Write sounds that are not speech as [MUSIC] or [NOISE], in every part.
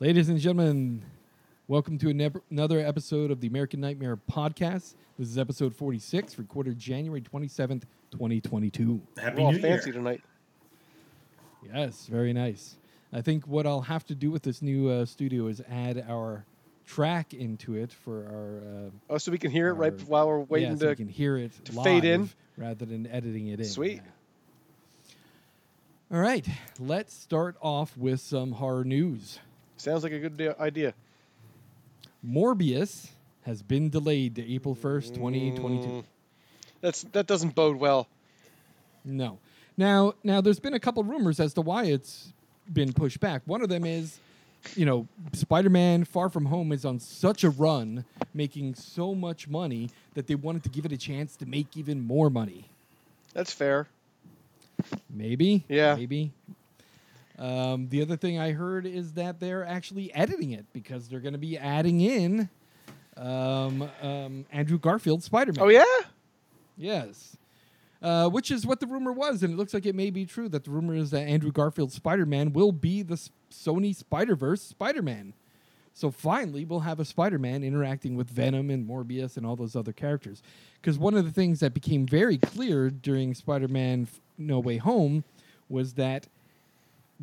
Ladies and gentlemen, welcome to anev- another episode of the American Nightmare Podcast. This is episode 46, recorded January 27th, 2022. Happy We're all New [LAUGHS] fancy Year. tonight. Yes, very nice. I think what I'll have to do with this new uh, studio is add our track into it for our. Uh, Oh, so we can hear it right Or- while we're yeah, waiting so we to. can hear it to fade in. live rather than editing it in. Sweet. All right, let's start off with some horror news. Sounds like a good de- idea. Morbius has been delayed to April 1st, Mm. 2022. That's that doesn't bode well. No. Now, now there's been a couple rumors as to why it's been pushed back. One of them is, you know, Spider-Man Far From Home is on such a run, making so much money that they wanted to give it a chance to make even more money. That's fair. Maybe. Yeah. Maybe. Um, the other thing I heard is that they're actually editing it because they're going to be adding in um, um, Andrew Garfield Spider Man. Oh yeah, Yes. Uh, which is what the rumor was, and it looks like it may be true that the rumor is that Andrew Garfield Spider Man will be the S- Sony Spider Verse Spider Man. So finally, we'll have a Spider Man interacting with Venom and Morbius and all those other characters. Because one of the things that became very clear during Spider Man No Way Home was that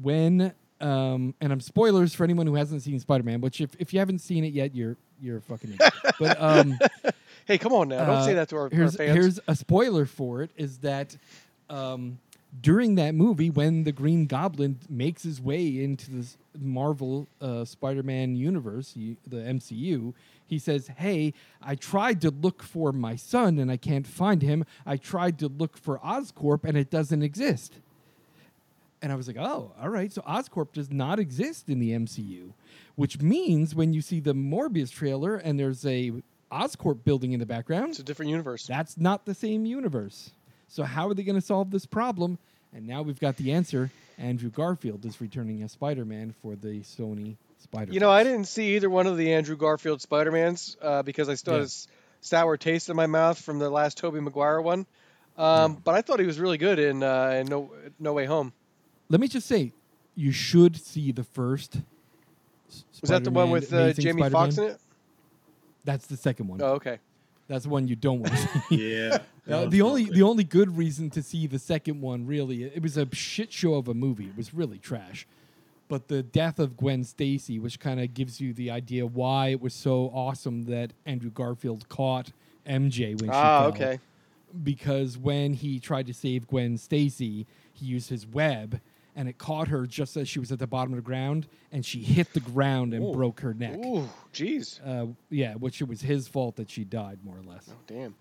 when. Um, and I'm spoilers for anyone who hasn't seen Spider-Man. Which, if, if you haven't seen it yet, you're you're a fucking. Idiot. but um, Hey, come on now. Don't uh, say that to our, our here's, fans. here's a spoiler for it is that um, during that movie, when the Green Goblin makes his way into this Marvel uh, Spider Man universe, you- the MCU, he says, Hey, I tried to look for my son and I can't find him. I tried to look for Oscorp and it doesn't exist. And I was like, oh, all right. So Oscorp does not exist in the MCU, which means when you see the Morbius trailer and there's a Oscorp building in the it's background, a different universe. that's not the same universe. So how are they going to solve this problem? And now we've got the answer. Andrew Garfield is returning as Spider-Man for the Sony Spider. You know, I didn't see either one of the Andrew Garfield Spider Mans uh, because I still had Yeah. a s- sour taste in my mouth from the last Tobey Maguire one. Um, But I thought he was really good in, uh, in No No Way Home. Let me just say, you should see the first. Was Was that the one with uh, Jamie Foxx in it? That's the second one. Oh, okay. That's the one you don't want to [LAUGHS] see. Yeah. Uh, the only the only good reason to see the second one really it was a shit show of a movie. It was really trash. But the death of Gwen Stacy, which kind of gives you the idea why it was so awesome that Andrew Garfield caught MJ when she Ah, fell. okay. Because when he tried to save Gwen Stacy, he used his web and it caught her just as she was at the bottom of the ground, and she hit the ground and Ooh. broke her neck. Ooh, jeez. Uh, yeah, which it was his fault that she died, more or less. Oh, damn.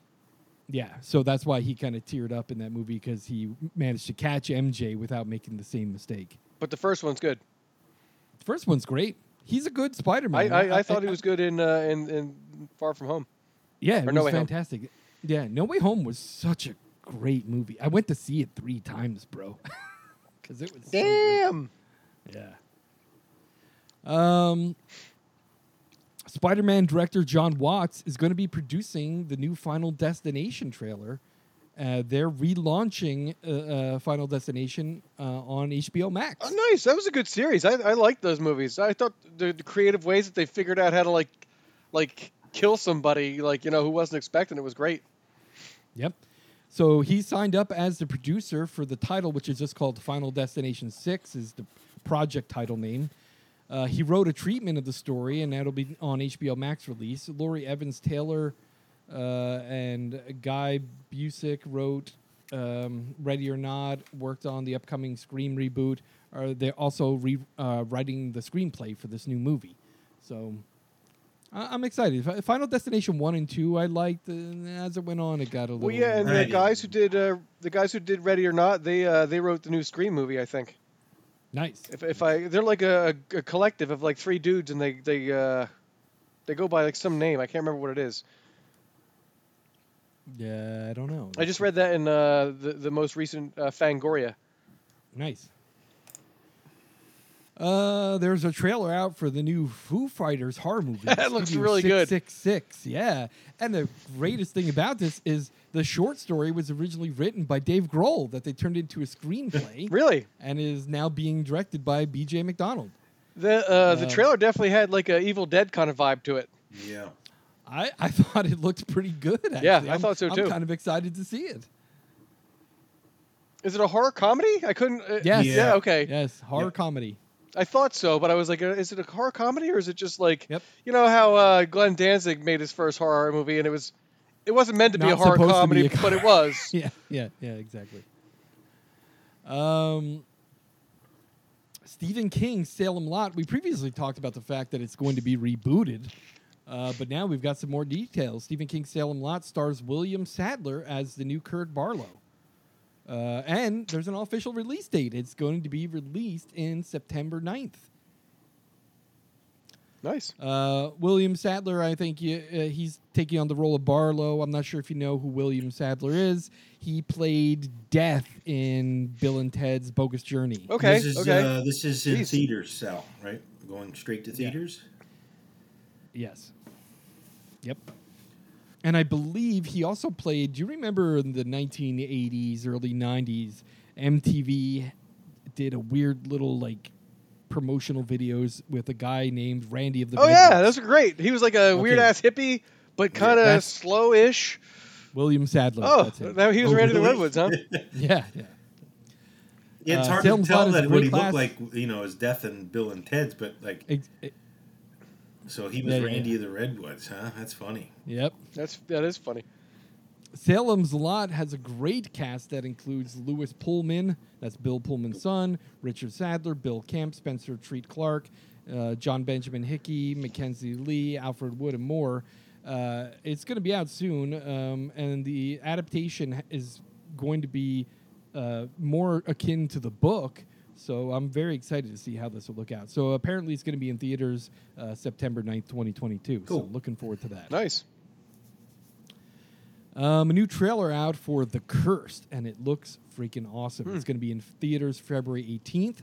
Yeah, so that's why he kind of teared up in that movie because he managed to catch MJ without making the same mistake. But the first one's good. The first one's great. He's a good I, Spider-Man. Mm-hmm. I, I thought he was good in, uh, in in Far From Home. yeah, or it No was Way Home. fantastic. Yeah, No Way Home was such a great movie. I went to see it three times, bro, [LAUGHS] because it was so good. Damn. Yeah. Um, Spider Man director John Watts is going to be producing the new Final Destination trailer. Uh, they're relaunching uh, uh, Final Destination uh, on HBO Max. Oh, nice. That was a good series. I, I liked those movies. I thought the, the creative ways that they figured out how to like like kill somebody like you know who wasn't expecting it was great. Yep. So he signed up as the producer for the title, which is just called Final Destination Six, is the project title name. Uh, he wrote a treatment of the story, and that'll be on HBO Max release. Laurie Evans Taylor uh, and Guy Busick wrote um, Ready or Not, worked on the upcoming Scream reboot. Are they also re- uh, writing the screenplay for this new movie? So I- I'm excited. Fi- Final Destination one and two I liked, and as it went on, it got a little. Well, yeah, and the Ready. guys who did uh, the guys who did Ready or Not, they uh, they wrote the new Scream movie. I think nice. if, if I they're like a, a collective of like three dudes and they they uh, they go by like some name. I can't remember what it is. Yeah, I don't know. I just read that in uh, the the most recent uh, Fangoria. Nice. Uh, there's a trailer out for the new Foo Fighters horror movie. [LAUGHS] That looks Scooby-Doo really good. 666, yeah. And the greatest thing about this is the short story was originally written by Dave Grohl that they turned into a screenplay [LAUGHS] Really? and is now being directed by B.J. McDonald. The uh, the trailer definitely had like a Evil Dead kind of vibe to it. Yeah. I, I [LAUGHS] thought it looked pretty good. Actually. Yeah, I I'm- thought so too. I'm kind of excited to see it. Is it a horror comedy? I couldn't. Uh, Yes. Yeah. Yeah. Okay. Yes, horror Yeah. comedy. I thought so, but I was like, uh, is it a horror comedy or is it just like Yep. you know how uh, Glenn Danzig made his first horror movie and it was it wasn't meant to be Not a horror supposed to be comedy, a com- but it was. [LAUGHS] Yeah, yeah, yeah, exactly. Um, Stephen King's Salem Lot. We previously talked about the fact that it's going to be rebooted, uh, but now we've got some more details. Stephen King's Salem Lot stars William Sadler as the new Kurt Barlow. Uh, and there's an official release date. It's going to be released in September 9th. nice. Uh, William Sadler, I think you, uh, he's taking on the role of Barlow. I'm not sure if you know who William Sadler is. He played Death in Bill and Ted's Bogus Journey. Okay. This is, okay. Uh, this is in Jeez. theaters, Sal, right? Going straight to Yeah. Uh, theaters? Yes. Yep. And I believe he also played. Do you remember in the 1980s, early 90s, MTV did a weird little like promotional videos with a guy named Randy of the oh yeah, Midnights. those are great. He was like a weird ass hippie, but kind of that's- slow-ish. William Sadler. Oh, that's him. that, he was Oh, Randy the really? [LAUGHS] Redwoods, huh? yeah, yeah. Yeah, it's Uh, hard Salem's to tell Lot is a that what great he class. looked like, you know, as Death and Bill and Ted's, but like, Ex- e- so he was Yeah, yeah, Randy yeah. of the Redwoods, huh? That's funny. yep. That's that is funny. Salem's Lot has a great cast that includes Lewis Pullman, that's Bill Pullman's son, Richard Sadler, Bill Camp, Spencer Treat Clark, uh, John Benjamin Hickey, Mackenzie Lee, Alfred Wood, and more. Uh, it's going to be out soon, um, and the adaptation h- is going to be uh, more akin to the book. So I'm very excited to see how this will look out. So apparently, it's going to be in theaters uh, September 9th, 2022. So Cool. looking forward to that. Nice. Um, a new trailer out for The Cursed, and it looks freaking awesome. It's going to be in theaters February 18th.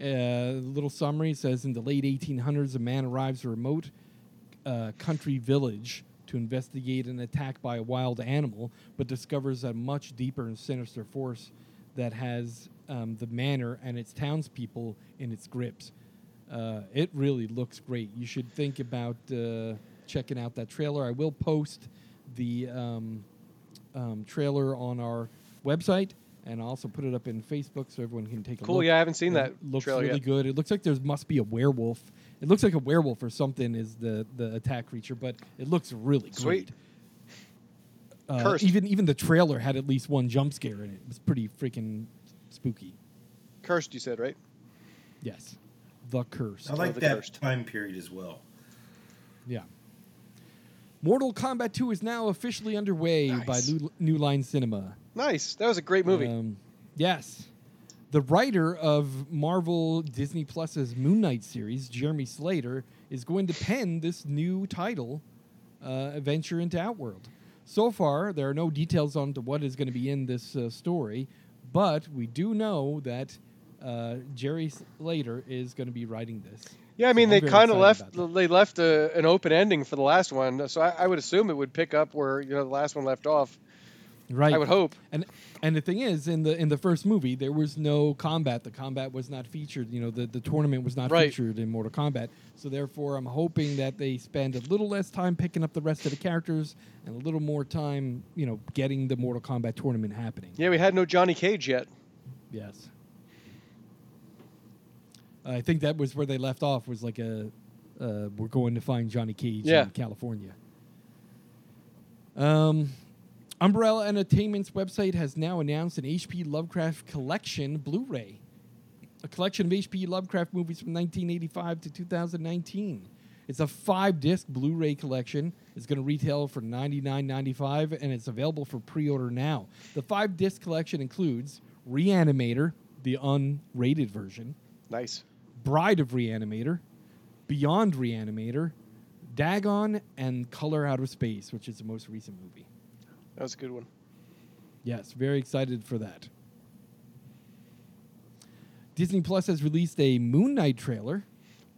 A little summary says In the late 1800s, a man arrives at a remote uh, country village to investigate an attack by a wild animal, but discovers a much deeper and sinister force that has um, the manor and its townspeople in its grips. Uh, it really looks great. You should think about uh, checking out that trailer. I will post the um, um, trailer on our website, and I'll also put it up in Facebook so everyone can take a Cool. look. Yeah, I haven't seen It that Looks trailer really yet. good. It looks like there must be a werewolf. It looks like a werewolf or something is the the attack creature, but it looks really Sweet. great. Uh, Cursed. Even even the trailer had at least one jump scare in it. It was pretty freaking spooky. Cursed, you said, right? Yes, the curse. I like the that cursed. time period as well. Yeah. Mortal Kombat 2 is now officially underway by Nice. Lu- New Line Cinema. Nice. That was a great movie. Um, yes. The writer of Marvel Disney Plus's Moon Knight series, Jeremy Slater, is going to pen this new title, uh, Adventure into Outworld. So far, there are no details on to what is going to be in this uh, story, but we do know that uh, Jerry Slater is going to be writing this. yeah, I mean, I'm they very kind of excited left about they left a, an open ending for the last one, so I, I would assume it would pick up where you know the last one left off. Right. I would hope. And and the thing is, in the in the first movie, there was no combat. The combat was not featured. You know, the, the tournament was not Right. featured in Mortal Kombat. So therefore, I'm hoping that they spend a little less time picking up the rest of the characters and a little more time, you know, getting the Mortal Kombat tournament happening. Yeah, we had no Johnny Cage yet. Yes. I think that was where they left off. Was like a, uh, we're going to find Johnny Cage Yeah. in California. Um, Umbrella Entertainment's website has now announced an H.P. Lovecraft collection Blu-ray, a collection of H.P. Lovecraft movies from 1985 to 2019. It's a five-disc Blu-ray collection. It's going to retail for $99.95, and it's available for pre-order now. The five-disc collection includes Reanimator, the unrated version, Nice. Bride of Reanimator, Beyond Reanimator, Dagon, and Color Out of Space, which is the most recent movie. That was a good one. Yes, very excited for that. Disney Plus has released a Moon Knight trailer,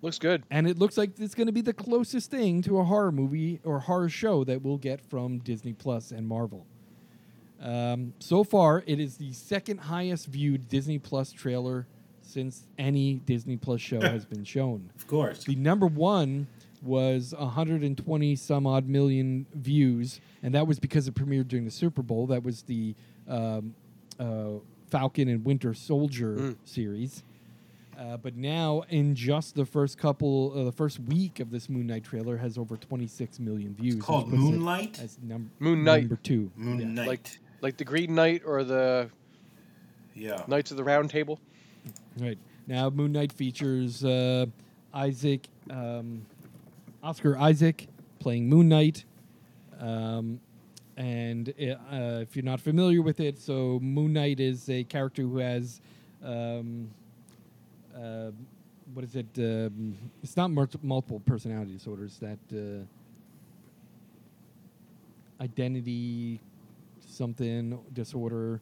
Looks good. and it looks like it's going to be the closest thing to a horror movie or horror show that we'll get from Disney Plus and Marvel. Um, so far, it is the second highest viewed Disney Plus trailer since any Disney Plus show has been shown. Of course. The number one was 120 some odd million views, and that was because it premiered during the Super Bowl. That was the um, uh, Falcon and Winter Soldier Mm. series. Uh, but now, in just the first couple, uh, the first week of this Moon Knight trailer, has over 26 million views. which called puts it Moonlight? as num- Moon Knight. number two. Moon Yeah. Knight. Like like the Green Knight or the yeah. Knights of the Round Table. Right. Now, Moon Knight features uh, Isaac, um, Oscar Isaac playing Moon Knight. Um, and uh, uh, if you're not familiar with it, so Moon Knight is a character who has, um, uh, what is it? Um, it's not mul- multiple personality disorders, that uh, identity something disorder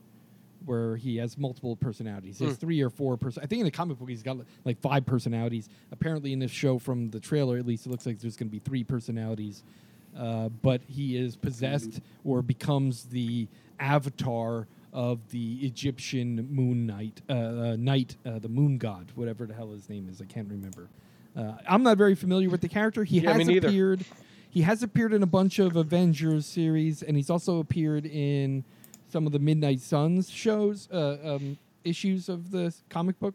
where he has multiple personalities. He Hmm. has three or four person. I think in the comic book he's got li- like five personalities. Apparently in this show from the trailer at least it looks like there's going to be three personalities. Uh, but he is possessed or becomes the avatar of the Egyptian moon knight, uh, uh, knight, uh, the moon god, whatever the hell his name is. I can't remember. Uh, I'm not very familiar with the character. He Yeah, me has neither. appeared appeared- He has appeared in a bunch of Avengers series, and he's also appeared in some of the Midnight Suns shows, uh, um, issues of the s- comic book.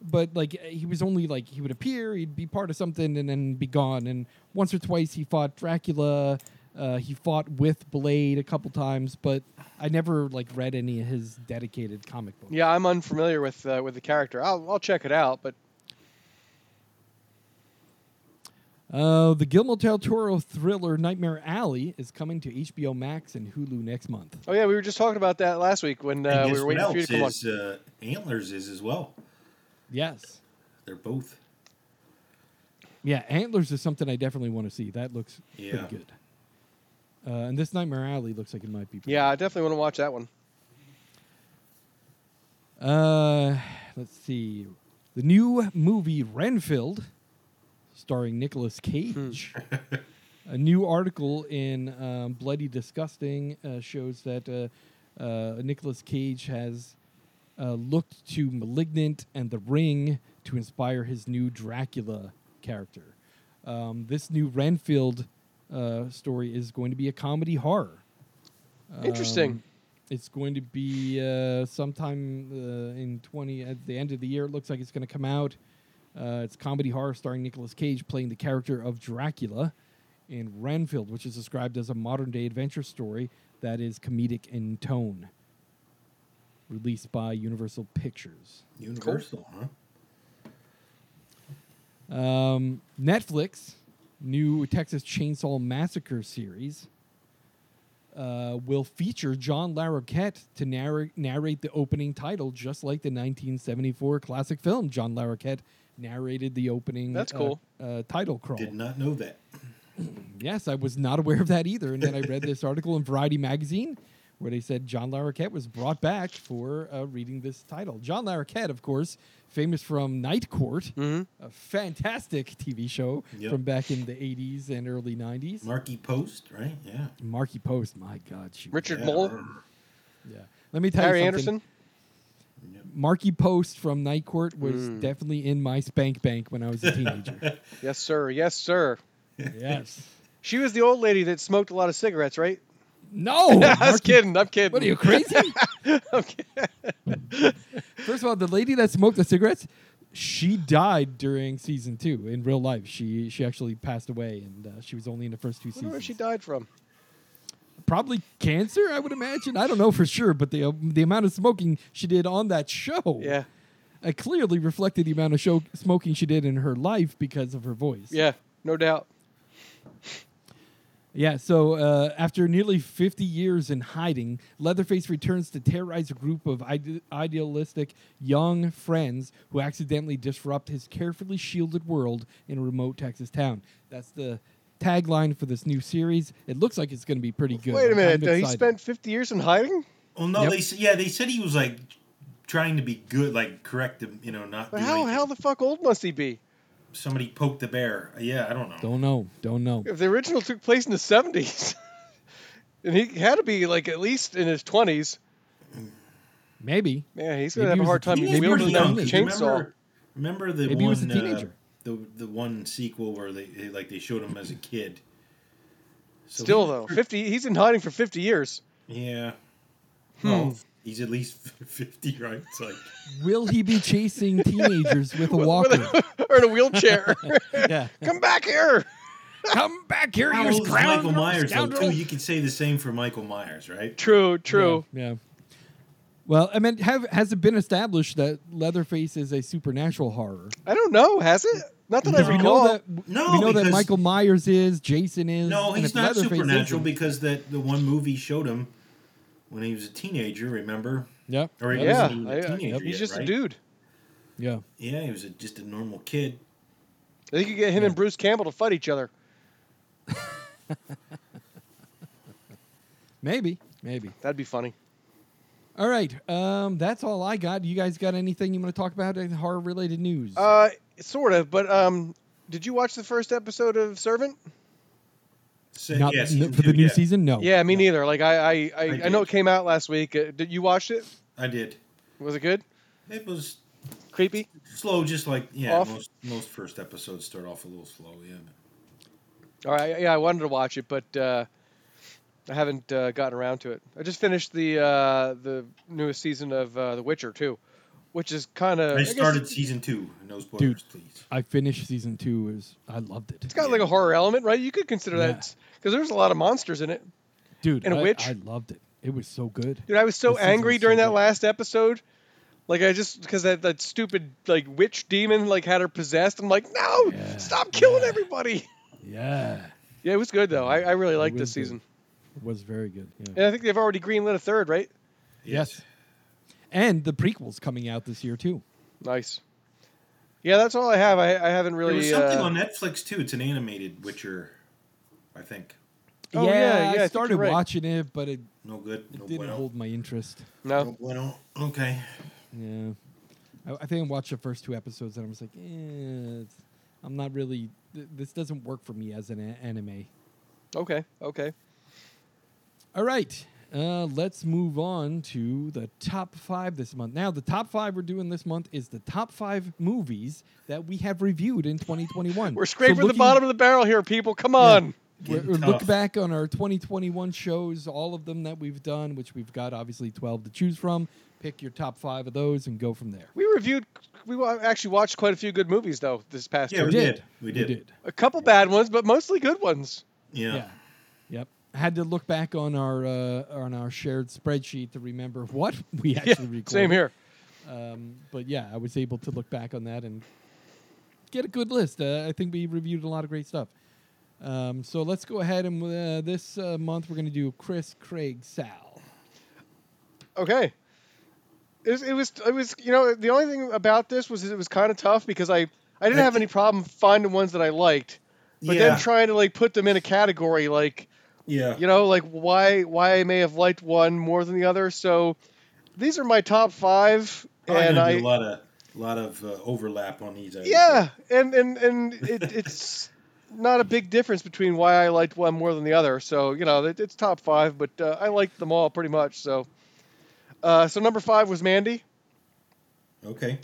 But like he was only like he would appear, he'd be part of something, and then be gone. And once or twice he fought Dracula. Uh, he fought with Blade a couple times, but I never like read any of his dedicated comic books. Yeah, I'm unfamiliar with uh, with the character. I'll I'll check it out, but Uh, the Guillermo del Toro thriller Nightmare Alley is coming to HBO Max and Hulu next month. oh yeah, we were just talking about that last week when And uh, we guess were what waiting for you to come on. else is uh, Antlers is as well. Yes. They're both. Yeah, antlers is something I definitely want to see. That looks Yeah. pretty good. Uh, and this Nightmare Alley looks like it might be. Pretty Yeah, I definitely want to watch that one. Uh, let's see. The new movie Renfield, starring Nicolas Cage. [LAUGHS] A new article in um, Bloody Disgusting uh, shows that uh, uh, Nicolas Cage has uh, looked to Malignant and The Ring to inspire his new Dracula character. Um, this new Renfield uh, story is going to be a comedy horror. Interesting. Um, it's going to be uh, sometime uh, in 20 at the end of the year. It looks like it's going to come out. Uh, it's comedy horror starring Nicolas Cage playing the character of Dracula in Renfield, which is described as a modern day adventure story that is comedic in tone. Released by Universal Pictures. Universal, huh? Um, Netflix, new Texas Chainsaw Massacre series, uh, will feature John Larroquette to narr- narrate the opening title, just like the 1974 classic film. John Larroquette narrated the opening. That's uh, cool. Uh, title crawl. Did not know that. Yes, I was not aware of that either. And then I read this article in Variety magazine where they said John Larroquette was brought back for uh, reading this title. John Larroquette, of course, famous from Night Court, Mm-hmm. a fantastic TV show Yep. from back in the 80s and early 90s. Marky Post, right? Yeah. Marky Post, my God. She Richard Yeah. Mole, Yeah. Let me tell Harry you something. Anderson. Marky Post from Night Court was Hmm. definitely in my spank bank when I was a teenager. Yes, sir. Yes, sir. yes. She was the old lady that smoked a lot of cigarettes, right? No. [LAUGHS] I was Marky- kidding. I'm kidding. What are you crazy? [LAUGHS] First of all, the lady that smoked the cigarettes, she died during season two in real life. She she actually passed away, and uh, she was only in the first two I wonder where seasons. she died from. Probably cancer, I would imagine. I don't know for sure, but the the amount of smoking she did on that show, Yeah. uh, clearly reflected the amount of show smoking she did in her life because of her voice. Yeah. No doubt. Yeah, so uh, after nearly 50 years in hiding, Leatherface returns to terrorize a group of ide- idealistic young friends who accidentally disrupt his carefully shielded world in a remote Texas town. That's the tagline for this new series. It looks like it's going to be pretty good. Wait a I'm minute. uh, he excited. spent 50 years in hiding? Well, no, Yep. they said yeah, they said he was like trying to be good, like correct him, you know, not. But do how, anything. how the fuck old must he be? somebody poked the bear? Uh, Yeah, I don't know. Don't know. Don't know. If the original took place in the [LAUGHS] 70s, and he had to be like at least in his 20s. Maybe. Yeah, he's Maybe gonna have a he was hard a time teenager. He was Maybe wielding pretty he was that a young. chainsaw. Remember, remember the Maybe he was one a teenager. Uh, the the one sequel where they they- like they showed him as a kid. So Still he- though, fifty. He's in hiding for fifty years. [LAUGHS] Yeah. Hmm. Well, he's at least [LAUGHS] fifty, right? It's like Will he be chasing teenagers with a [LAUGHS] With walker? a- or in a wheelchair. [LAUGHS] [LAUGHS] yeah. Come back here. Come back here, How you old is Michael scoundrel! Myers though scoundrel. too. You could say the same for Michael Myers, right? True. True. Yeah. yeah. Well, I mean, have has it been established that Leatherface is a supernatural horror? I don't know. Has it? Not that I Because we recall. know that No, we know that because- Michael Myers is, Jason is. No, and he's if not Leatherface supernatural isn't- because that the one movie showed him when he was a teenager. Remember? Yep. Or he yeah, wasn't even I- a I- teenager he's yet, just a right? dude. Yeah. Yeah, he was a, just a normal kid. They could get him and Bruce Campbell to fight each other. Maybe. Maybe. That'd be funny. All right. Um, that's all I got. You guys got anything you want to talk about in horror related news? Uh, sort of. But um, did you watch the first episode of Servant? So, Not- yes, no- you for the do, new yeah. season? No. Yeah, me neither. Like I, I, I, I, I know did. it came out last week. Uh, did you watch it? I did. Was it good? It was Creepy. slow, just like yeah. Off? Most most first episodes start off a little slow. Yeah. All right. Yeah, I wanted to watch it, but uh, I haven't uh, gotten around to it. I just finished the uh, the newest season of uh, The Witcher too, which is kind Uh, of. I started season two. No spoilers, please. I finished season two. Is I loved it, It's got like a horror element, right? You could consider Yeah. that because there's a lot of monsters in it. dude. and a I, witch. I loved it. It was so good. Dude, I was so This season's angry so during that good. last episode. Like I just because that, that stupid like witch demon like had her possessed. I'm like, no, Yeah, stop killing yeah. everybody. Yeah, Yeah, it was good though. I, I really liked was this good. season, it was very good. Yeah. and I think they've already greenlit a third, right? Yes. And the prequels coming out this year too. Nice. Yeah, that's all I have. I, I haven't really. There was something uh, on Netflix too. It's an animated Witcher, I think. Oh, yeah, yeah, I think I you're started right. watching it, but it, No good. it No didn't bueno. hold my interest. No No. bueno. Okay. Yeah, I, I think I watched the first two episodes and I was like, eh, it's- I'm not really. th- this doesn't work for me as an a- anime. Okay. Okay. All right. Uh, let's move on to the top five this month. Now, the top five we're doing this month is the top five movies that we have reviewed in 2021. We're scraping So the looking- bottom of the barrel here, people. Come on. we're- Getting we're look tough. back on our 2021 shows, all of them that we've done, which we've got obviously 12 to choose from. Pick your top five of those and go from there. We reviewed. We wa- actually watched quite a few good movies though this past Yeah, year. we did. We did. A couple bad ones, but mostly good ones. Yeah. Yeah. Yep. Had to look back on our uh, on our shared spreadsheet to remember what [LAUGHS] we actually Yeah. recorded. Same here. Um, but yeah, I was able to look back on that and get a good list. Uh, I think we reviewed a lot of great stuff. Um, so let's go ahead and uh, this uh, month we're going to do Chris, Craig, Sal. Okay. It was, it was it was you know the only thing about this was it was kind of tough because I I didn't I have thi- any problem finding ones that I liked, but yeah. then trying to like put them in a category like yeah. you know like why why I may have liked one more than the other. So these are my top five, Probably and gonna be I a lot of lot of uh, overlap on these. I would yeah, and and and it, it's not a big difference between why I liked one more than the other. So you know it, it's top five, but uh, I liked them all pretty much. So uh, so number five was Mandy. say. Okay.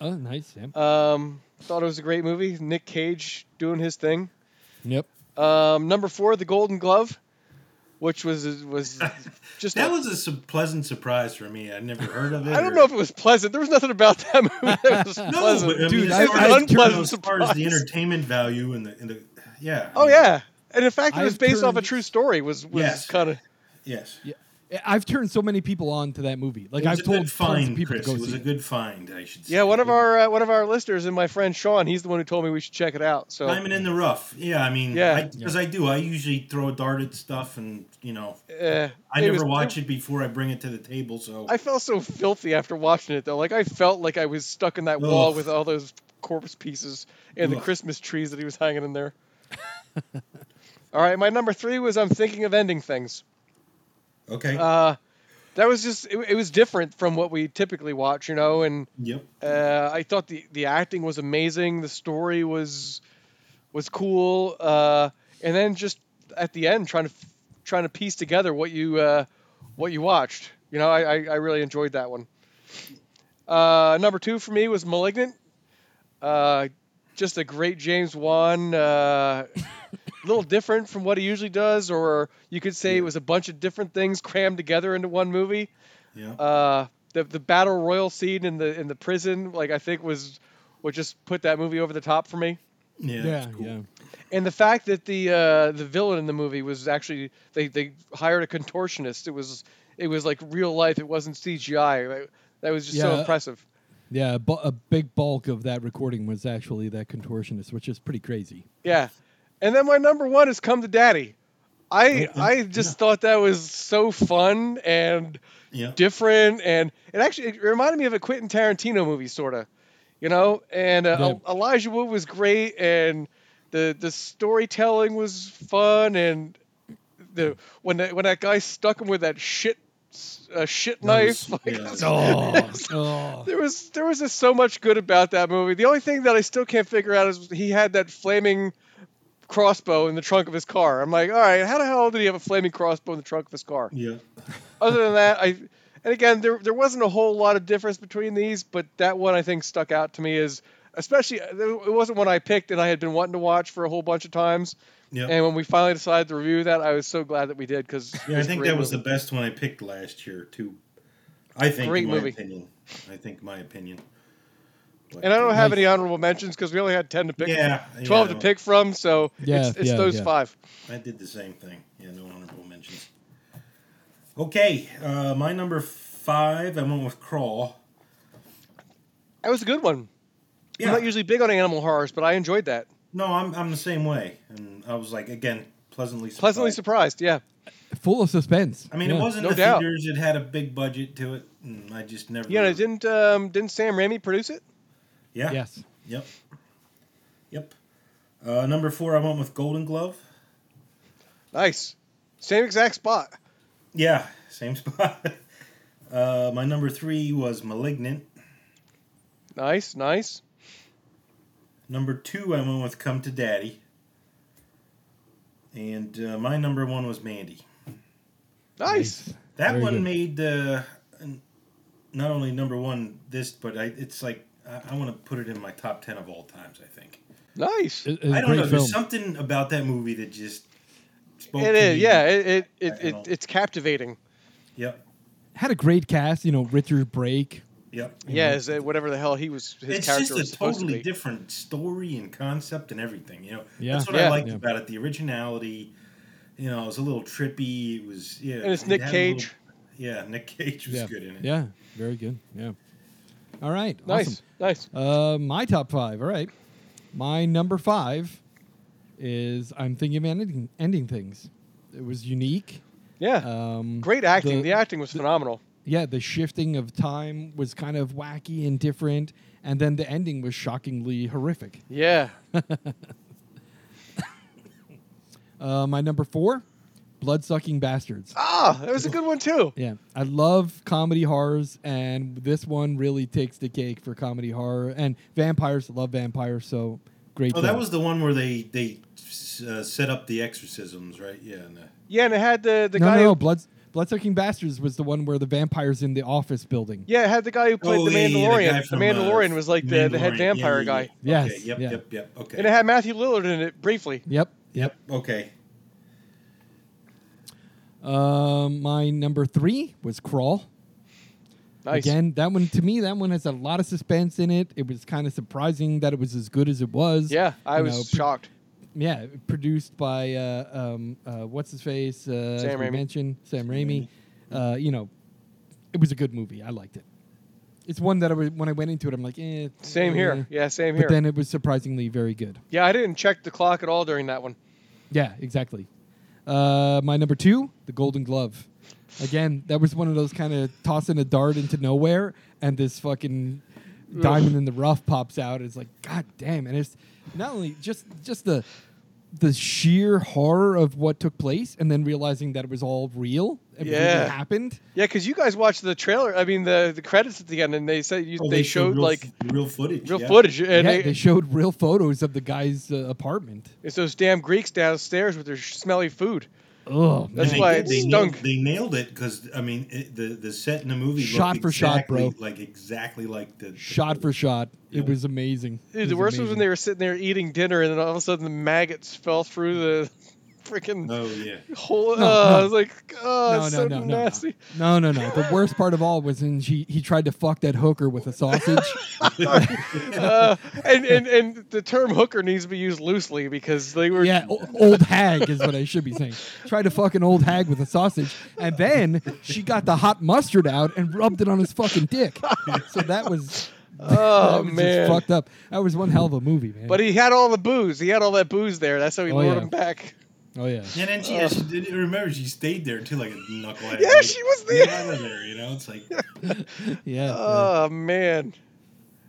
Oh, nice, Sam. Um, thought it was a great movie. Nick Cage doing his thing. Yep. Um, number four, The Golden Glove, which was [LAUGHS] was just That a- was a su- pleasant surprise for me. I'd never heard of it. [LAUGHS] I don't or- know if it was pleasant. There was nothing about that [LAUGHS] movie that was No, pleasant. but I mean, Dude, as I- far I- as, unpleasant you know, as far as the surprise. entertainment value and the, and the yeah. I oh mean, yeah, and in fact, it was I've based off a turned- true story. Was was Yes. kind of Yes. Yeah. I've turned so many people on to that movie. Like It was I've a good told tons of find, people Chris. to go It was see. a good find, I should say. yeah. One of our uh, one of our listeners and my friend Sean, he's the one who told me we should check it out. So Diamond in the rough. Yeah, I mean, Yeah. because I do. I usually throw a dart at stuff, and you know, uh, I it never was- watch it before I bring it to the table. So I felt so filthy after watching it though. Like I felt like I was stuck in that wall Ugh. with all those corpse pieces and the Ugh. Christmas trees that he was hanging in there. [LAUGHS] all right, my number three was I'm thinking of ending things. okay. Uh, that was just it, it was different from what we typically watch, you know. And yep. uh, I thought the the acting was amazing. The story was was cool. Uh, and then just at the end, trying to trying to piece together what you uh, what you watched. You know, I, I, I really enjoyed that one. Uh, number two for me was Malignant. Uh, just a great James Wan. Uh, a little different from what he usually does, or you could say it was a bunch of different things crammed together into one movie. Yeah. Uh, the the battle royal scene in the in the prison, like I think was what just put that movie over the top for me. yeah. yeah, that's cool. yeah. And the fact that the uh, the villain in the movie was actually they, they hired a contortionist. It was it was like real life. It wasn't CGI. That was just so Yeah. impressive. Yeah, bu- a big bulk of that recording was actually that contortionist, which is pretty [LAUGHS] crazy. Yeah. And then my number one is Come to Daddy. I Okay. I just thought that was so fun and Yeah. different, and it actually it reminded me of a Quentin Tarantino movie, sort of, you know. And uh, Yeah. El- Elijah Wood was great, and the the storytelling was fun, and the when that when that guy stuck him with that shit uh, shit knife, [LAUGHS] Nice. like, Yeah. Oh, [LAUGHS] oh. there was there was just so much good about that movie. The only thing that I still can't figure out is he had that flaming crossbow in the trunk of his car. I'm like, all right, how the hell did he have a flaming crossbow in the trunk of his car? Yeah. Other than that, I and again there there wasn't a whole lot of difference between these, but that one I think stuck out to me is especially uh, it wasn't one I picked and I had been wanting to watch for a whole bunch of times. Yeah. And when we finally decided to review that, I was so glad that we did because Yeah, I think that was the best one I picked last year too. I think, Great in my movie. opinion. I think my opinion. But, And I don't uh, have Nice. any honorable mentions because we only had ten to pick. Yeah, 12 yeah, to no, pick from, so Yeah, it's, it's yeah, those yeah. five. I did the same thing. Yeah, no honorable mentions. Okay, uh, my number five. I went with Crawl. That was a good one. Yeah. I'm not usually big on animal horrors, but I enjoyed that. No, I'm I'm the same way, and I was like again pleasantly surprised. Pleasantly surprised, yeah. full of suspense. I mean, Yeah. it wasn't no the doubt. theaters. It had a big budget to it, and I just never. Yeah, and didn't um, didn't Sam Raimi produce it? Yeah. Yes. Yep. Yep. Uh, number four, I went with Golden Glove. Nice. Same exact spot. Yeah, same [LAUGHS] spot. uh, my number three was Malignant. Nice, nice. Number two, I went with Come to Daddy. And uh, my number one was Mandy. Nice. That Very one good. made uh, n- not only number one this, but I, it's like I, I want to put it in my top ten of all times. I think. Nice. It- it's a I don't great know. film. There's something about that movie that just spoke It to is, me. yeah, it, it, it, I it don't- it's captivating. Yep. Had a great cast, you know, Richard Brake. Yep. Yeah, is it whatever the hell he was his it's character just was a supposed totally to be. different story and concept and everything. You know, Yeah. that's what Yeah. I liked Yeah. about it. The originality. You know, it was a little trippy. It was yeah. And it's it Nick had a little- Cage. yeah, Nick Cage was yeah. good in it. Yeah, very good. Yeah. All right. nice, Awesome. nice. Uh, my top five. All right. My number five is I'm thinking of ending, ending things. It was unique. Yeah. Um, Great acting. The, the- acting was phenomenal. yeah, the shifting of time was kind of wacky and different, and then the ending was shockingly horrific. Yeah. Uh, my number four, Bloodsucking Bastards. Ah, that was a good one too. Yeah, I love comedy horrors, and this one really takes the cake for comedy horror. And vampires love vampires, so great. Oh, that job. was the one where they they uh, set up the exorcisms, right? Yeah. And, uh, Yeah, and it had the the no, guy no, no. who, Blood, Bloodsucking Bastards was the one where the vampires in the office building. Yeah, it had the guy who played oh, the yeah, yeah, Mandalorian. guy the from, uh, Mandalorian was like the, the head Mandalorian. Yeah, vampire yeah, guy. yeah. Yes, Okay, yep. yeah. Yep. Yep. Okay. And it had Matthew Lillard in it briefly. Yep. yep. Okay. Um, my number three was Crawl. Nice. Again, that one to me, that one has a lot of suspense in it. It was kind of surprising that it was as good as it was. Yeah, I You was know, pr- shocked. Yeah, produced by uh, um, uh, what's his face? Uh, Sam as we Raimi. Mentioned Sam Raimi. Uh, you know, it was a good movie. I liked it. It's one that I wa- when I went into it, I'm like, eh. Same eh. here. Yeah, same But here. then it was surprisingly very good. yeah, I didn't check the clock at all during that one. Yeah, exactly. Uh, my number two, the Golden Glove. Again, that was one of those kind of tossing a dart into nowhere, and this fucking diamond in the rough pops out. It's like, god damn! And it's not only just just the the sheer horror of what took place, and then realizing that it was all real and really Yeah. happened. Yeah, because you guys watched the trailer. I mean, the, the credits at the end, and they said you, Oh, they, showed real, like real footage. real yeah. footage, and yeah, they, they showed real photos of the guy's uh, apartment. it's those damn Greeks downstairs with their sh- smelly food. Oh, That's And they why did. it they stunk. Nailed, they nailed it because I mean it, the the set in the movie looked Shot for shot, exactly, bro. like exactly like the, the- shot for shot. It Yeah. was amazing. Dude, the worst was when they were sitting there eating dinner, and then all of a sudden the maggots fell through the [LAUGHS] freaking Oh yeah, hole. No, uh, no. I was like, oh, no, no, it's so no, no, nasty. no, no, no, no. The worst part of all was when she he tried to fuck that hooker with a [LAUGHS] sausage. uh, and, and and the term hooker needs to be used loosely because they were yeah, o- old hag is what I should be saying. Tried to fuck an old hag with a sausage, and then she got the hot mustard out and rubbed it on his fucking [LAUGHS] dick. So that was oh that was man. just fucked up. That was one hell of a movie, man. But he had all the booze. He had all that booze there. That's how he Oh, lured yeah. him back. oh [LAUGHS] yeah, and then she, yeah, she did remember she stayed there too like a knucklehead. Yeah, Like, she was get there. out of there, you know. It's like yeah. yeah. Oh man,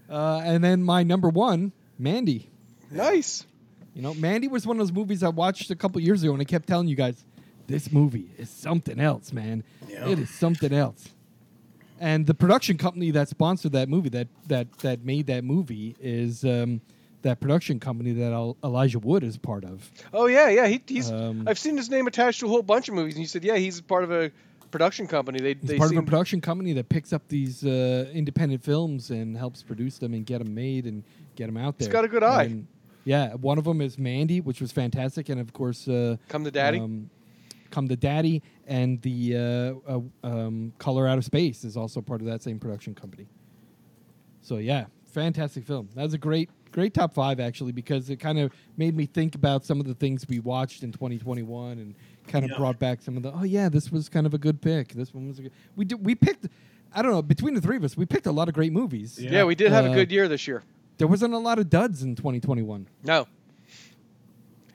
Uh, and then my number one, Mandy. nice. You know, Mandy was one of those movies I watched a couple years ago, and I kept telling you guys, this movie is something else, man. Yeah. It is something else. And the production company that sponsored that movie, that that that made that movie, is um, that production company that El- Elijah Wood is part of. Oh yeah, yeah. He, he's. Um, I've seen his name attached to a whole bunch of movies, and you said, yeah, he's part of a production company. They He's they part seem, of a production company that picks up these uh, independent films and helps produce them and get them made and get them out there. He's got a good eye. And, yeah, one of them is Mandy, which was fantastic, and of course, uh, Come to Daddy? Um, Come to Daddy and the uh, uh, um, Color Out of Space is also part of that same production company. So yeah, fantastic film. That was a great, great top five actually because it kind of made me think about some of the things we watched in 2021 and kind of Yeah. brought back some of the. Oh yeah, this was kind of a good pick. This one was a good. We did. We picked. I don't know. Between the three of us, we picked a lot of great movies. Yeah. Yeah, we did have Uh, a good year this year. There wasn't a lot of duds in 2021. No.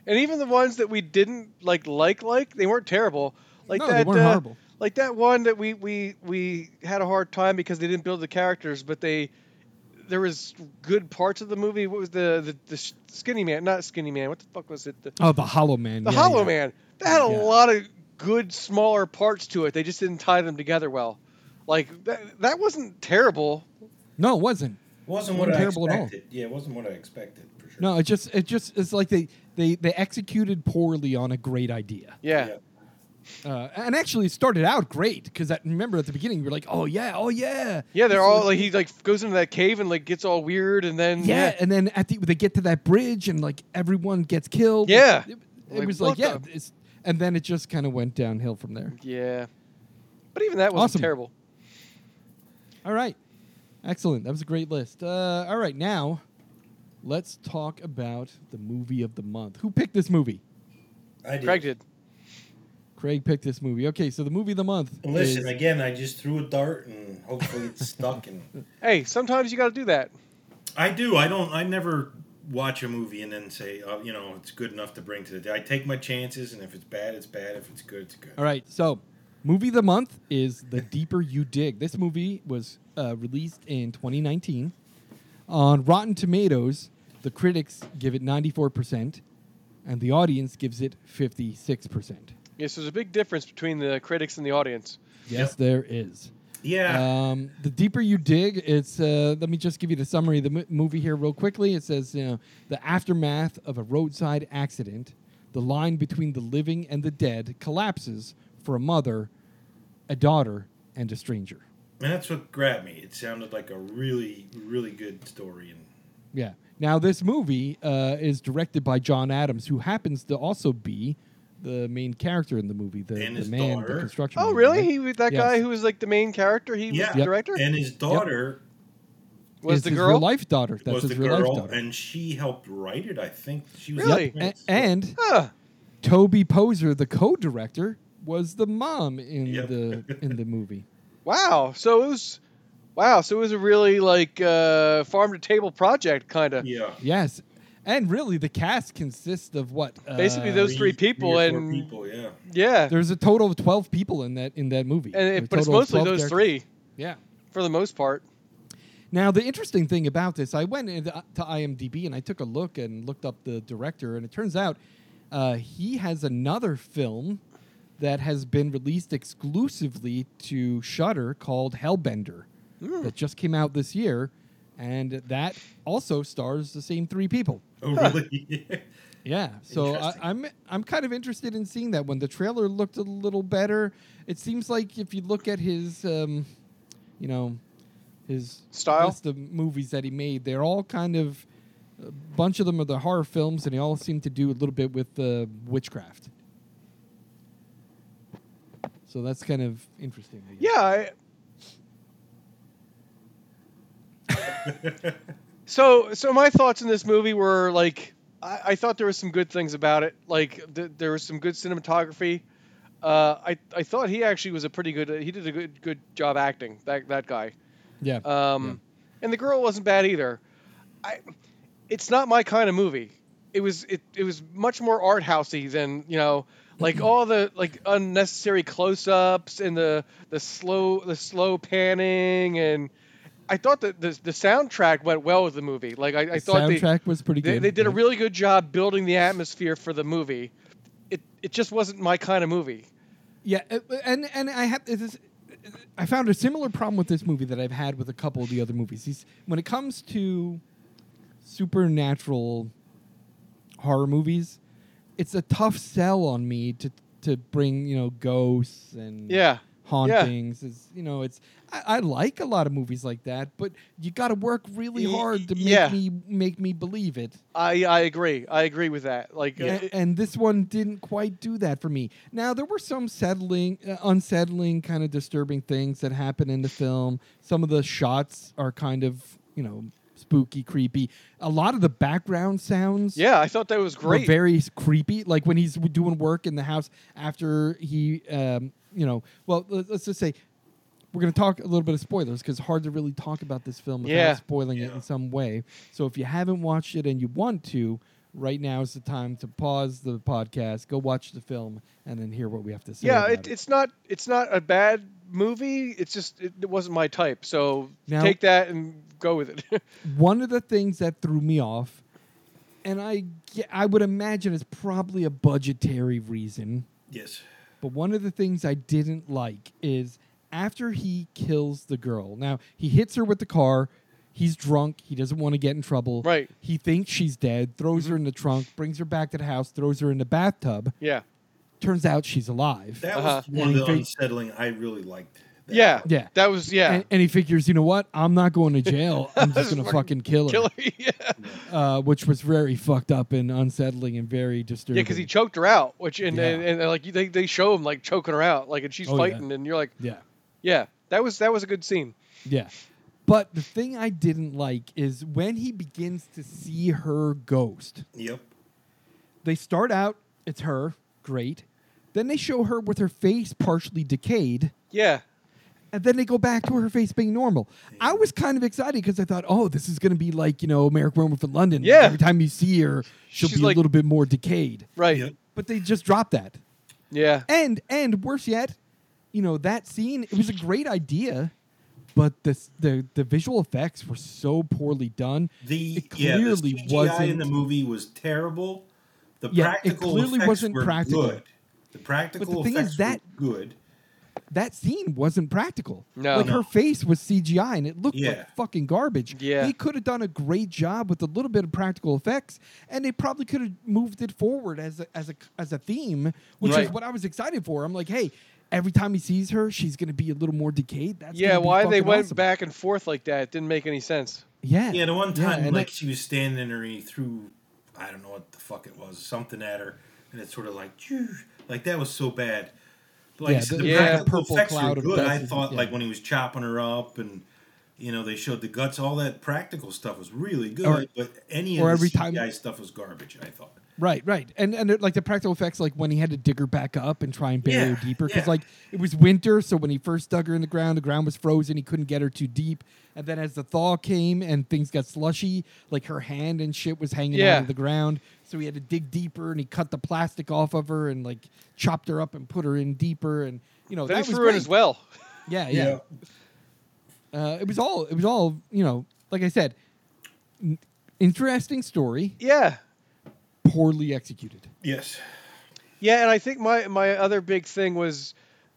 And even the ones that we didn't like, like, like, they weren't terrible. Like no, that, they weren't uh, horrible. like that one that we we we had a hard time because they didn't build the characters, but they there was good parts of the movie. What was the the, the sh- skinny man? Not skinny man. What the fuck was it? The, Oh, the Hollow Man. the yeah, Hollow yeah. Man. That had a Yeah. lot of good smaller parts to it. They just didn't tie them together well. Like that, that wasn't terrible. No, it wasn't. Wasn't wasn't what I terrible at all. expected. Yeah, it wasn't what I expected for sure. No, it just it just it's like they they they executed poorly on a great idea. Yeah. Uh, and actually, it started out great because remember at the beginning you were like, "Oh yeah, oh yeah, Yeah, they're This all was- like he like goes into that cave and like gets all weird and then yeah." And then at the they get to that bridge and like everyone gets killed. Yeah. it, it Like, was like what yeah, the- it's, and then it just kind of went downhill from there. yeah. But even that wasn't Awesome. terrible. All right, excellent. That was a great list. Uh, all right, now let's talk about the movie of the month. Who picked this movie? I did. Craig did. Craig picked this movie. Okay, so the movie of the month. And Listen is- again. I just threw a dart and hopefully it stuck. [LAUGHS] And Hey, sometimes you got to do that. I do. I don't. I never watch a movie and then say, oh, you know, it's good enough to bring to the day. I take my chances, and if it's bad, it's bad. If it's good, it's good. All right, so movie of the month is The Deeper You Dig. This movie was uh, released in 2019. On Rotten Tomatoes, the critics give it 94%, and the audience gives it 56%. Yes, there's a big difference between the critics and the audience. Yes, there is. Yeah. Um, the deeper you dig, it's. Uh, let me just give you the summary of the mo- movie here real quickly. It says, you know, the aftermath of a roadside accident, the line between the living and the dead collapses for a mother, a daughter, and a stranger. And that's what grabbed me. It sounded like a really, really good story. And Yeah. Now this movie uh, is directed by John Adams, who happens to also be the main character in the movie, the, And the his man, daughter. the construction. Oh, man, really? right? He was that Yes. guy who was like the main character. He Yeah. was the Yep. director. and his daughter was It's the his real girl? life daughter? That's was his the real life girl, daughter. and she helped write it. I think she was Really? the A- prince. and Huh. Toby Poser, the co-director, was the mom in Yep. the in the movie. Wow. So it was. Wow. So it was a really like uh, farm to table project kind of. yeah, Yes, and really the cast consists of what? Basically uh, those- three people or four and- people. Yeah, Yeah. There's a total of twelve people in that in that movie, And A it, but it's total of mostly 12 those characters. three Yeah. for the most part. Now, the interesting thing about this, I went into, to IMDb and I took a look and looked up the director, and it turns out uh, he has another film that has been released exclusively to Shudder called Hellbender that just came out this year, and that also stars the same three people. oh really? [LAUGHS] Yeah, so I, Interesting. I'm I'm kind of interested in seeing that one. The trailer looked a little better. It seems like if you look at his, um, you know, his Style? list of movies that he made, they're all kind of a bunch of them are the horror films, and they all seem to do a little bit with uh, witchcraft. So that's kind of interesting. I guess. Yeah. I, so so my thoughts on this movie were like I, I thought there was some good things about it. Like th- there was some good cinematography. Uh, I I thought he actually was a pretty good. He did a good good job acting. That that guy. yeah, Um, and the girl wasn't bad either. I, it's not my kind of movie. It was it, it was much more art housey than you know, [CLEARS THROAT] like all the like unnecessary close ups and the the slow the slow panning and I thought that the the soundtrack went well with the movie. Like I, I The thought they, soundtrack was pretty they good. they did a yeah. really good job building the atmosphere for the movie. It it just wasn't my kind of movie. Yeah, uh, and and I have this. is- I found a similar problem with this movie that I've had with a couple of the other movies. These, when it comes to supernatural horror movies, it's a tough sell on me to to bring you know ghosts and Yeah. hauntings. Is you know it's I, I like a lot of movies like that, but you got to work really Y- hard to make yeah. me make me believe it. I, I agree. I agree with that. Like A- it- and, this one didn't quite do that for me. Now there were some settling, uh, unsettling, kind of disturbing things that happen in the film. Some of the shots are kind of you know spooky, creepy. A lot of the background sounds yeah, I thought that was were great. very s- creepy. Like when he's w- doing work in the house after he, um, you know, well let- let's just say. We're going to talk a little bit of spoilers because hard to really talk about this film without Yeah. spoiling it Yeah. in some way. So if you haven't watched it and you want to, right now is the time to pause the podcast, go watch the film, and then hear what we have to say. yeah about it, it's not it's not a bad movie it's just it, it wasn't my type so Now- take that and go with it [LAUGHS] one of the things that threw me off, and I ge- I would imagine it's probably a budgetary reason. yes. But one of the things I didn't like is after he kills the girl. Now he hits her with the car. He's drunk. He doesn't want to get in trouble. Right. Mm-hmm. He thinks she's dead. Throws her in the trunk. Brings her back to the house. Throws her in the bathtub. yeah Turns out she's alive. That Uh-huh. was one of And the they- unsettling I really liked. That. yeah Yeah. that was yeah And, and he figures, you know what? I'm not going to [LAUGHS] jail. I'm just Just going to fucking fucking kill her. [LAUGHS] killer [LAUGHS] yeah Uh, which was very fucked up and unsettling and very disturbing. because he choked her out which and, Yeah. and, and, like they, they show him like choking her out like and she's Oh, yeah. fighting and you're like yeah. yeah that was that was a good scene Yeah. But the thing I didn't like is when he begins to see her ghost. Yep. They start out, it's her, great. Then they show her with her face partially decayed, yeah and then they go back to her face being normal. I was kind of excited because I thought, oh, this is going to be like, you know, American Werewolf in London. Yeah. Every time you see her, she'll She's be like- a little bit more decayed. right Yep. But they just dropped that. yeah And and worse yet, you know that scene. It was a great idea, but the s- the the visual effects were so poorly done. The It yeah, the clearly CGI in wasn't- the movie was terrible. The Yeah, it practical clearly effects wasn't were practical. good. The practical thing is effects that- were good. That scene wasn't practical. No. like No. her face was CGI and it looked Yeah. like fucking garbage. Yeah. they could have done a great job with a little bit of practical effects, and they probably could have moved it forward as a, as a as a theme, which is Right. what I was excited for. I'm like, hey. Every time he sees her, she's gonna be a little more decayed. That's yeah gonna be why they fucking went awesome. back and forth like that it didn't make any sense Yeah, Yeah, the one time and like that- she was standing there and he threw I don't know what the fuck it was, something at her, and it's sort of like [LAUGHS] "Phew," like that was so bad. But like Yeah, I said, the- the, yeah, practical purple effects cloud were of good. I dust is- thought yeah. like when he was chopping her up and you know, they showed the guts, all that practical stuff was really good, Or- but any or of every the time- CGI stuff was garbage, I thought. Right, right, and and it, like the practical effects, like when he had to dig her back up and try and bury Yeah, her deeper, because yeah. like it was winter, so when he first dug her in the ground, the ground was frozen, he couldn't get her too deep, and then as the thaw came and things got slushy, like her hand and shit was hanging out Yeah. of the ground, so he had to dig deeper, and he cut the plastic off of her and like chopped her up and put her in deeper, and you know then that he was threw it great. as well [LAUGHS] Yeah, yeah. Uh, it was all it was all you know, like I said, n- interesting story, yeah poorly executed. Yes. Yeah, and I think my my other big thing was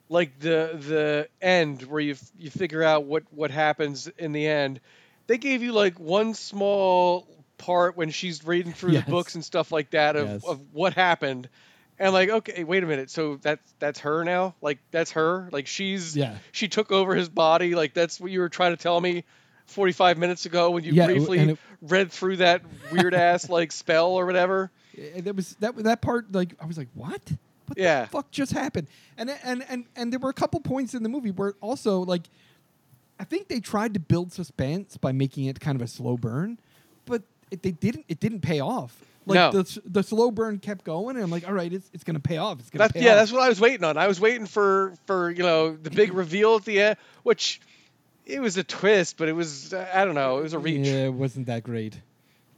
like the the end where you f- you figure out what what happens in the end. They gave you like one small part when she's reading through Yes. the books and stuff like that of, Yes. of what happened. And like, okay, wait a minute. So that's that's her now. Like that's her. Like she's Yeah. she took over his body. Like that's what you were trying to tell me 45 minutes ago when you Yeah, w- briefly and it- read through that weird ass like spell or whatever. Eh, That was that that part. Like I was like, what? What Yeah. the fuck just happened? And and and and there were a couple points in the movie where also like, I think they tried to build suspense by making it kind of a slow burn, but it, they didn't. It didn't pay off. Like No. the s- the slow burn kept going, and I'm like, all right, it's it's gonna pay off. It's gonna That's pay yeah, off. that's what I was waiting on. I was waiting for for you know the [LAUGHS] big reveal at the end, which it was a twist, but it was uh, I don't know, it was a reach. Yeah, Yeah, it wasn't that great.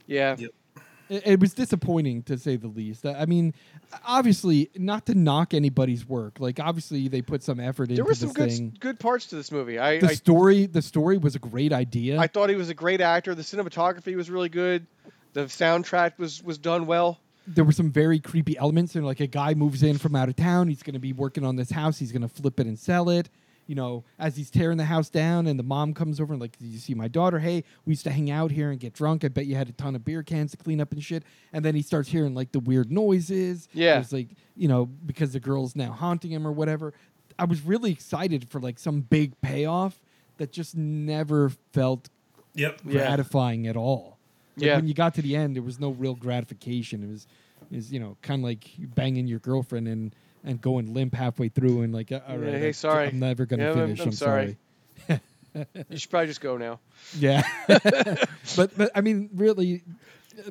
yeah, Yep. It, it was disappointing to say the least. I I mean, obviously, not to knock anybody's work. Like, obviously, they put some effort into there were some this good thing. good parts to this movie. I the I, story, the story was a great idea. I thought he was a great actor. The cinematography was really good. The soundtrack was was done well. there were some very creepy elements, and like a guy moves in from out of town. He's going to be working on this house. He's going to flip it and sell it. You know, as he's tearing the house down, and the mom comes over and like, "Did you see my daughter? Hey, we used to hang out here and get drunk. I bet you had a ton of beer cans to clean up and shit." And then he starts hearing like the weird noises. Yeah. There's, like you know because the girl's now haunting him or whatever. I was really excited for like some big payoff that just never felt Yep. Yeah. gratifying at all. Like, Yeah. When you got to the end, there was no real gratification. It was, is you know, kind of like banging your girlfriend and and going limp halfway through and like, uh, all right, Yeah, hey, I'm- sorry. I'm never gonna Yeah, I'm- finish. I'm I'm, sorry. [LAUGHS] You should probably just go now. Yeah, [LAUGHS] but but I mean, really, uh,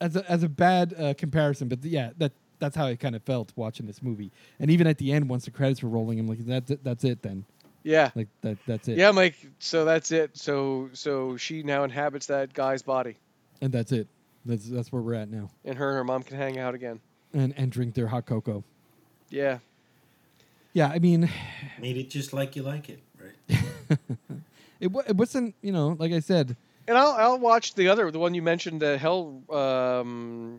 as a, as a bad uh, comparison, but yeah, that that's how I kind of felt watching this movie. And even at the end, once the credits were rolling, I'm like, that's it, that's it then. Yeah. Like that that's it. Yeah, Mike. So that's it. So so she now inhabits that guy's body, And that's it. That's that's where we're at now. and her and her mom can hang out again. And and drink their hot cocoa. Yeah. Yeah, I mean, Made it just like you like it, right? It, wa it wasn't, you know, like I said, And I'll, I'll watch the other, the one you mentioned, the Hell, um,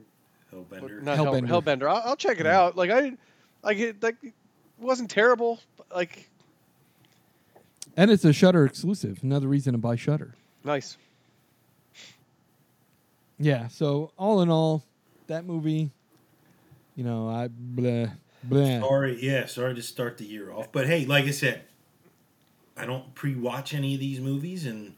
Hellbender. not Hellbender. Hellbender. Hell, Hellbender. I'll, I'll check it out. Like I, like it, like it wasn't terrible. but, Like and it's a Shutter exclusive. Another reason to buy Shutter. nice. Yeah. So all in all, that movie, you know, I bleh, bleh. Sorry, yeah, sorry to start the year off, but hey, like I said, I don't pre-watch any of these movies, and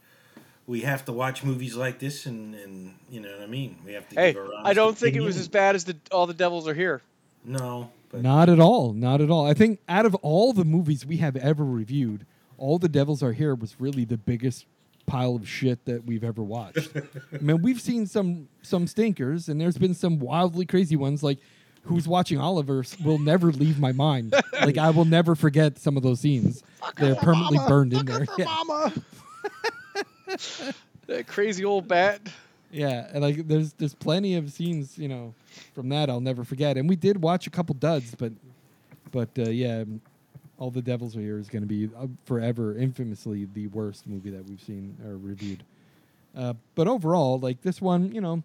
we have to watch movies like this, and and you know what I mean. We have to. Hey, give our I honest don't think it was opinion. as bad as the All the Devils Are Here. No, but Not at all. Not at all. I think out of all the movies we have ever reviewed, All the Devils Are Here was really the biggest pile of shit that we've ever watched. I mean, we've seen some some stinkers, and there's been some wildly crazy ones like. Who's watching Oliver s- will never leave my mind. Like I will never forget some of those scenes. They're permanently burned in there. [LAUGHS] Yeah. Mama. [LAUGHS] that crazy old bat. Yeah, and like there's there's plenty of scenes you know from that I'll never forget. And we did watch a couple duds, but but uh, yeah, um, all the devils are here is going to be uh, forever infamously the worst movie that we've seen or reviewed. Uh, but overall, like this one, you know,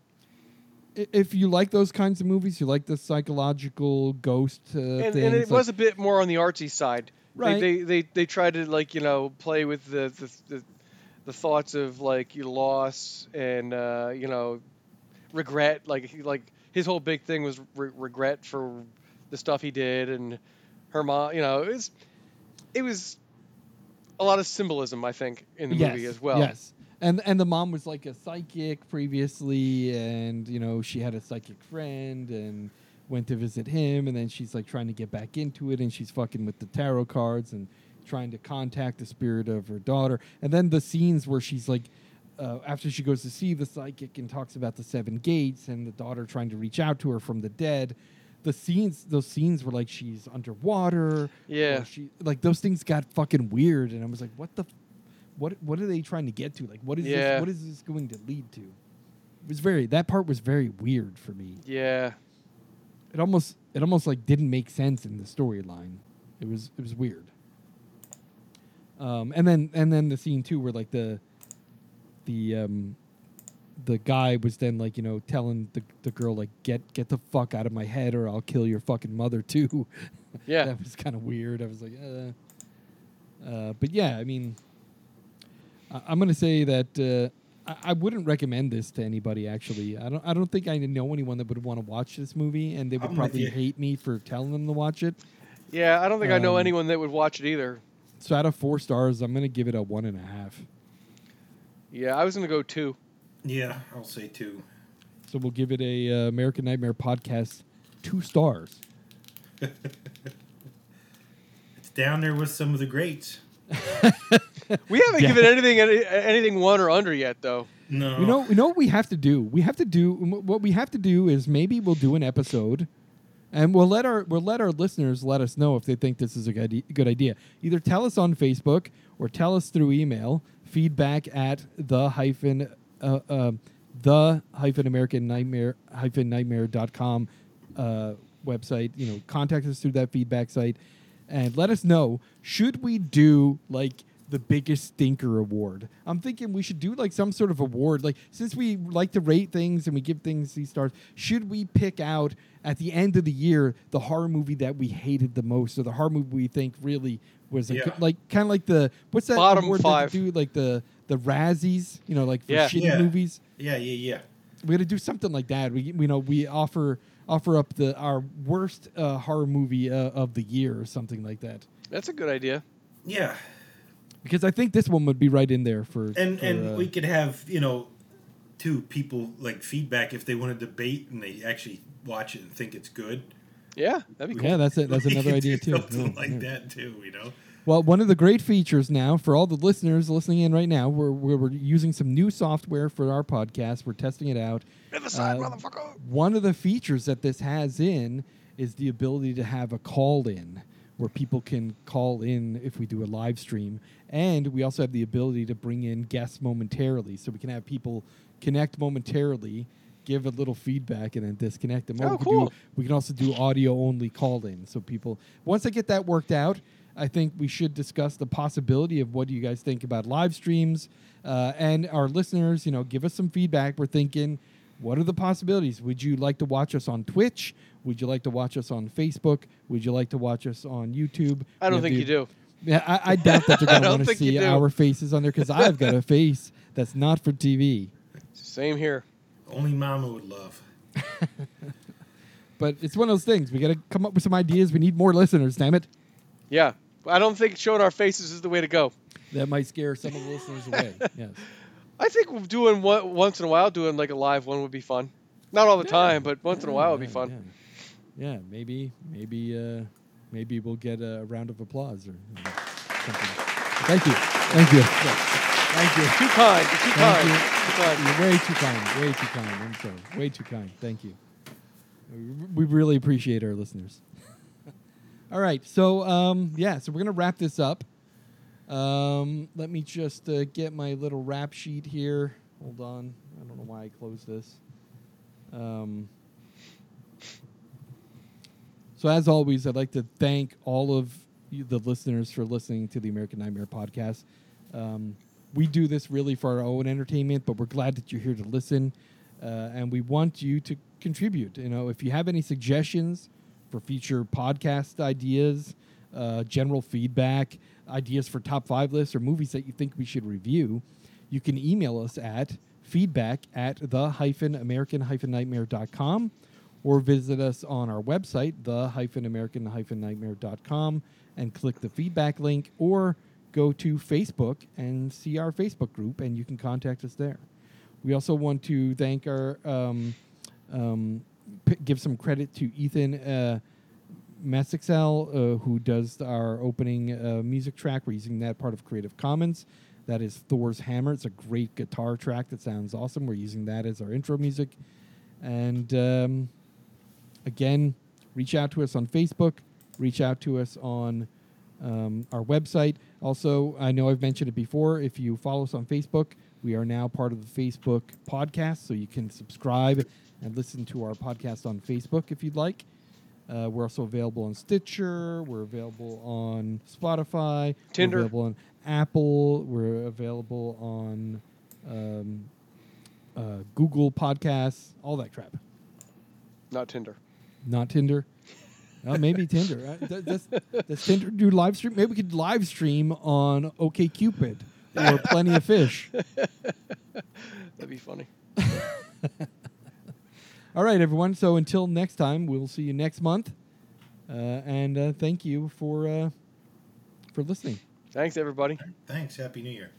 i- if you like those kinds of movies, you like the psychological ghost uh, And, things. and it like- was a bit more on the artsy side. Right. They, they they they tried to like you know play with the the, the, the thoughts of like your loss and uh, you know regret. Like he, like his whole big thing was re- regret for the stuff he did and her mom. You know it was it was a lot of symbolism I think in the movie as well. Yes. And and the mom was like a psychic previously, and you know she had a psychic friend and went to visit him, and then she's like trying to get back into it, and she's fucking with the tarot cards and trying to contact the spirit of her daughter, and then the scenes where she's like. Uh, after she goes to see the psychic and talks about the seven gates and the daughter trying to reach out to her from the dead, the scenes those scenes were like she's underwater. Yeah. or she like those things got fucking weird, and I was like, what the what what are they trying to get to? Like what is Yeah. this what is this going to lead to? It was very that part was very weird for me. Yeah. It almost it almost like didn't make sense in the storyline. It was it was weird. Um, and then and then the scene too where like the the um the guy was then like you know telling the, the girl like get get the fuck out of my head or I'll kill your fucking mother too. [LAUGHS] Yeah. that was kind of weird. I was like, uh, uh, but yeah, I mean, I- I'm gonna say that uh, I, I wouldn't recommend this to anybody. Actually, I don't. I don't think I know anyone that would want to watch this movie, and they would I'm with probably you. hate me for telling them to watch it. Yeah, I don't think I know Um, anyone that would watch it either. So out of four stars, I'm gonna give it a one and a half. Yeah, I was gonna go two. Yeah, I'll say two. So we'll give it a uh, American Nightmare podcast two stars. It's down there with some of the greats. We haven't Yeah. given anything any, anything one or under yet, though. No, You know, you know what we have to do. We have to do what we have to do is maybe we'll do an episode, and we'll let our we'll let our listeners let us know if they think this is a good i- good idea. Either tell us on Facebook or tell us through email feedback at the hyphen uh, uh, the hyphen American Nightmare hyphen Nightmare dot com uh, website. You know, contact us through that feedback site, and let us know should we do like the biggest stinker award. I'm thinking we should do like some sort of award. Like since we like to rate things and we give things these stars, should we pick out at the end of the year the horror movie that we hated the most or the horror movie we think really was a Yeah. good, like kind of like the what's that Bottom award five. that they do like the the Razzies, you know, like for Yeah. shitty Yeah. movies. Yeah, yeah, yeah. We got to do something like that. We you know we offer offer up the our worst uh, horror movie uh, of the year or something like that. That's a good idea. Yeah. Because I think this one would be right in there for And for, and uh, we could have, you know, two people like feedback if they want to debate and they actually watch it and think it's good. Yeah, that'd be cool. Yeah, that's it. That's We another could do idea too. Something Yeah, like yeah. that too, you know. Well, one of the great features now for all the listeners listening in right now, we're we're, we're using some new software for our podcast. We're testing it out. Never side, Uh, motherfucker. One of the features that this has in is the ability to have a call in where people can call in if we do a live stream, and we also have the ability to bring in guests momentarily, so we can have people connect momentarily. Give a little feedback and then disconnect them. Or Oh, we could cool. do we can also do audio only call in. So people, once I get that worked out, I think we should discuss the possibility of what do you guys think about live streams uh, and our listeners. You know, give us some feedback. We're thinking, what are the possibilities? Would you like to watch us on Twitch? Would you like to watch us on Facebook? Would you like to watch us on YouTube? We I don't have think the- you do. Yeah, I, I doubt [LAUGHS] that you're I going to don't want to think you see do. our faces on there because I've [LAUGHS] got a face that's not for TV. Same here. Only Mama would love. But it's one of those things. We got to come up with some ideas. We need more listeners. Damn it. Yeah, I don't think showing our faces is the way to go. That might scare some of the listeners [LAUGHS] away. Yes. I think doing one, once in a while, doing like a live one would be fun. Not all the Yeah. time, but once in a while would be Yeah, fun. Yeah, Yeah, maybe, maybe, uh, maybe we'll get a round of applause or you know, something. Thank you, thank you, thank you. Too kind, you're too Thank kind, you. too kind. You're way too kind. Way too kind. I'm sorry. Way too kind. Thank you. We we really appreciate our listeners. [LAUGHS] All right. So, um, yeah, so we're going to wrap this up. Um, let me just uh, get my little wrap sheet here. Hold on. I don't know why I closed this. Um, so, as always, I'd like to thank all of you, the listeners for listening to the American Nightmare podcast. Um, we do this really for our own entertainment, but we're glad that you're here to listen, uh, and we want you to contribute. You know, if you have any suggestions for future podcast ideas, uh, general feedback, ideas for top five lists, or movies that you think we should review, you can email us at feedback at the hyphen American hyphen nightmare dot com or visit us on our website, the hyphen American hyphen nightmare.com, and click the feedback link, or go to Facebook and see our Facebook group, and you can contact us there. We also want to thank our, um, um, p- give some credit to Ethan uh, Massixel, uh, who does our opening uh, music track. We're using that part of Creative Commons. That is Thor's Hammer. It's a great guitar track that sounds awesome. We're using that as our intro music. And um, again, reach out to us on Facebook, reach out to us on um, our website. Also, I know I've mentioned it before. If you follow us on Facebook, we are now part of the Facebook podcast, so you can subscribe and listen to our podcast on Facebook if you'd like. Uh, we're also available on Stitcher. We're available on Spotify. Tinder. We're available on Apple. We're available on um, uh, Google Podcasts. All that crap Not Tinder. not Tinder. Uh, maybe Tinder. Uh, th- does, does Tinder do live stream? Maybe we could live stream on OKCupid or plenty of fish. That'd be funny. All right, everyone. So until next time, we'll see you next month, uh, and uh, thank you for uh, for listening. Thanks, everybody. Thanks. Happy New Year.